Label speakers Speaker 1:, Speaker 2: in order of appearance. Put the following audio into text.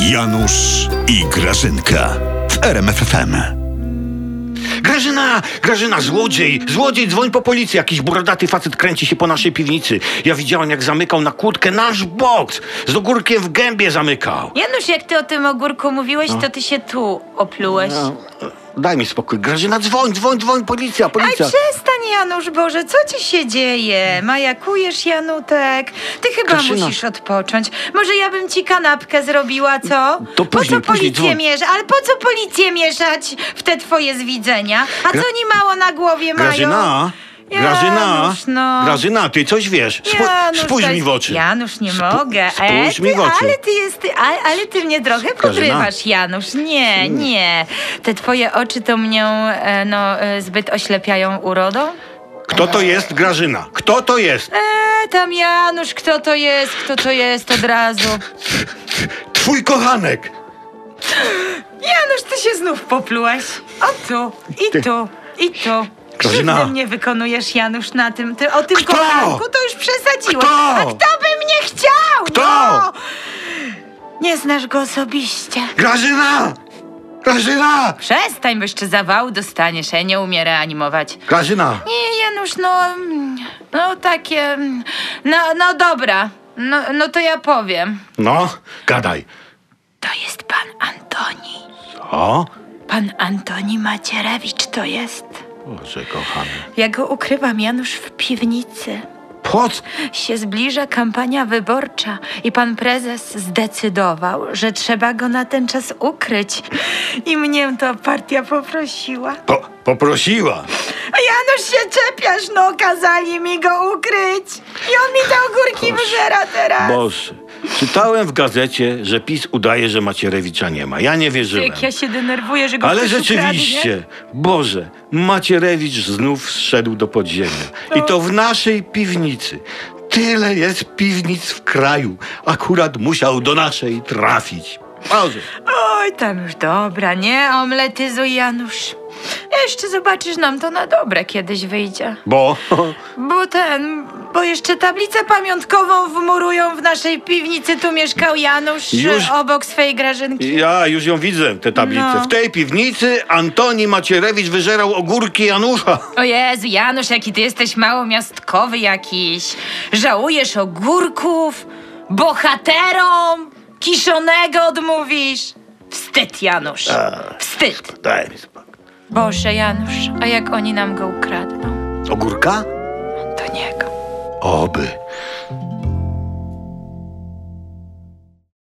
Speaker 1: Janusz i Grażynka w RMFFM.
Speaker 2: Grażyna, Grażyna, złodziej, złodziej, dzwoń po policję. Jakiś brodaty facet kręci się po naszej piwnicy. Ja widziałam, jak zamykał na kłódkę nasz boks. Z ogórkiem w gębie zamykał.
Speaker 3: Janusz, jak ty o tym ogórku mówiłeś, to ty się tu oplułeś.
Speaker 2: No, Daj mi spokój. Grażyna, dzwoń, dzwoń, dzwoń, policja,
Speaker 3: Aj,
Speaker 2: policja.
Speaker 3: przestań, Janusz, Boże, co ci się dzieje? Majakujesz, Janutek? Ty chyba
Speaker 2: Katarzyna.
Speaker 3: musisz odpocząć. Może ja bym ci kanapkę zrobiła, co?
Speaker 2: To później,
Speaker 3: po co
Speaker 2: później,
Speaker 3: policję
Speaker 2: dzwoń.
Speaker 3: mieszać? Ale po co policję mieszać w te twoje zwidzenia? A co oni mało na głowie mają?
Speaker 2: Grażyna, Grażyna,
Speaker 3: Janusz, no.
Speaker 2: Grażyna, ty coś wiesz. Spo-
Speaker 3: Janusz,
Speaker 2: spójrz
Speaker 3: to
Speaker 2: mi
Speaker 3: jest-
Speaker 2: w oczy.
Speaker 3: Janusz, nie
Speaker 2: Spo-
Speaker 3: mogę.
Speaker 2: spójrz
Speaker 3: e,
Speaker 2: mi w
Speaker 3: ty,
Speaker 2: oczy.
Speaker 3: Ale ty, jest, ty, ale, ale ty mnie trochę
Speaker 2: no.
Speaker 3: podrywasz, Janusz. Nie, nie. Te twoje oczy to mnie e, no, e, zbyt oślepiają urodą.
Speaker 2: Kto to jest Grażyna? Kto to jest?
Speaker 3: E, tam Janusz, kto to jest, kto to jest od razu.
Speaker 2: Twój kochanek.
Speaker 3: Janusz, ty się znów poplułeś. O tu, i tu, i tu.
Speaker 2: Grażyna.
Speaker 3: Krzywdę mnie wykonujesz, Janusz, na tym. Ty, o tym
Speaker 2: Kto?
Speaker 3: kochanku to już przesadziłeś.
Speaker 2: Kto?
Speaker 3: A kto by mnie chciał?
Speaker 2: Kto?
Speaker 3: No! Nie znasz go osobiście.
Speaker 2: Grażyna! Grażyna!
Speaker 3: Przestań, bo jeszcze zawału dostaniesz. Ja nie umiem reanimować.
Speaker 2: Grażyna!
Speaker 3: Nie, Janusz, no... mm, No takie... mm, No, no dobra. No, no to ja powiem.
Speaker 2: No, gadaj.
Speaker 3: To jest pan Antoni.
Speaker 2: Co?
Speaker 3: Pan Antoni Macierewicz to jest.
Speaker 2: Boże kochany.
Speaker 3: Ja go ukrywam, Janusz, w piwnicy.
Speaker 2: Po co?
Speaker 3: Się zbliża kampania wyborcza i pan prezes zdecydował, że trzeba go na ten czas ukryć. I mnie to partia poprosiła.
Speaker 2: Po, poprosiła.
Speaker 3: A Janusz się czepiasz, no kazali mi go ukryć. I on mi te ogórki wyżera teraz.
Speaker 2: Boże. Czytałem w gazecie, że PiS udaje, że Macierewicza nie ma. Ja nie wierzyłem.
Speaker 3: Jak ja się denerwuję, że go
Speaker 2: Ale
Speaker 3: ktoś ukradnie.
Speaker 2: rzeczywiście, Boże, Macierewicz znów zszedł do podziemia. I to w naszej piwnicy. Tyle jest piwnic w kraju. Akurat musiał do naszej trafić. Boże.
Speaker 3: Oj, tam już dobra, nie omletyzuj Janusz. Jeszcze zobaczysz nam to na dobre kiedyś wyjdzie.
Speaker 2: Bo
Speaker 3: Bo ten, bo jeszcze tablicę pamiątkową wmurują w naszej piwnicy. Tu mieszkał Janusz
Speaker 2: Już-
Speaker 3: e, obok swej Grażynki.
Speaker 2: ja już ją widzę, tę tablicę.
Speaker 3: No.
Speaker 2: W tej piwnicy Antoni Macierewicz wyżerał ogórki Janusza.
Speaker 3: O Jezu, Janusz, jaki ty jesteś małomiastkowy jakiś. Żałujesz ogórków, bohaterom, kiszonego odmówisz. Wstyd, Janusz. Wstyd.
Speaker 2: Daj mi spokój.
Speaker 3: Boże, Janusz, a jak oni nam go ukradną?
Speaker 2: Ogórka?
Speaker 3: Do niego.
Speaker 2: Oby.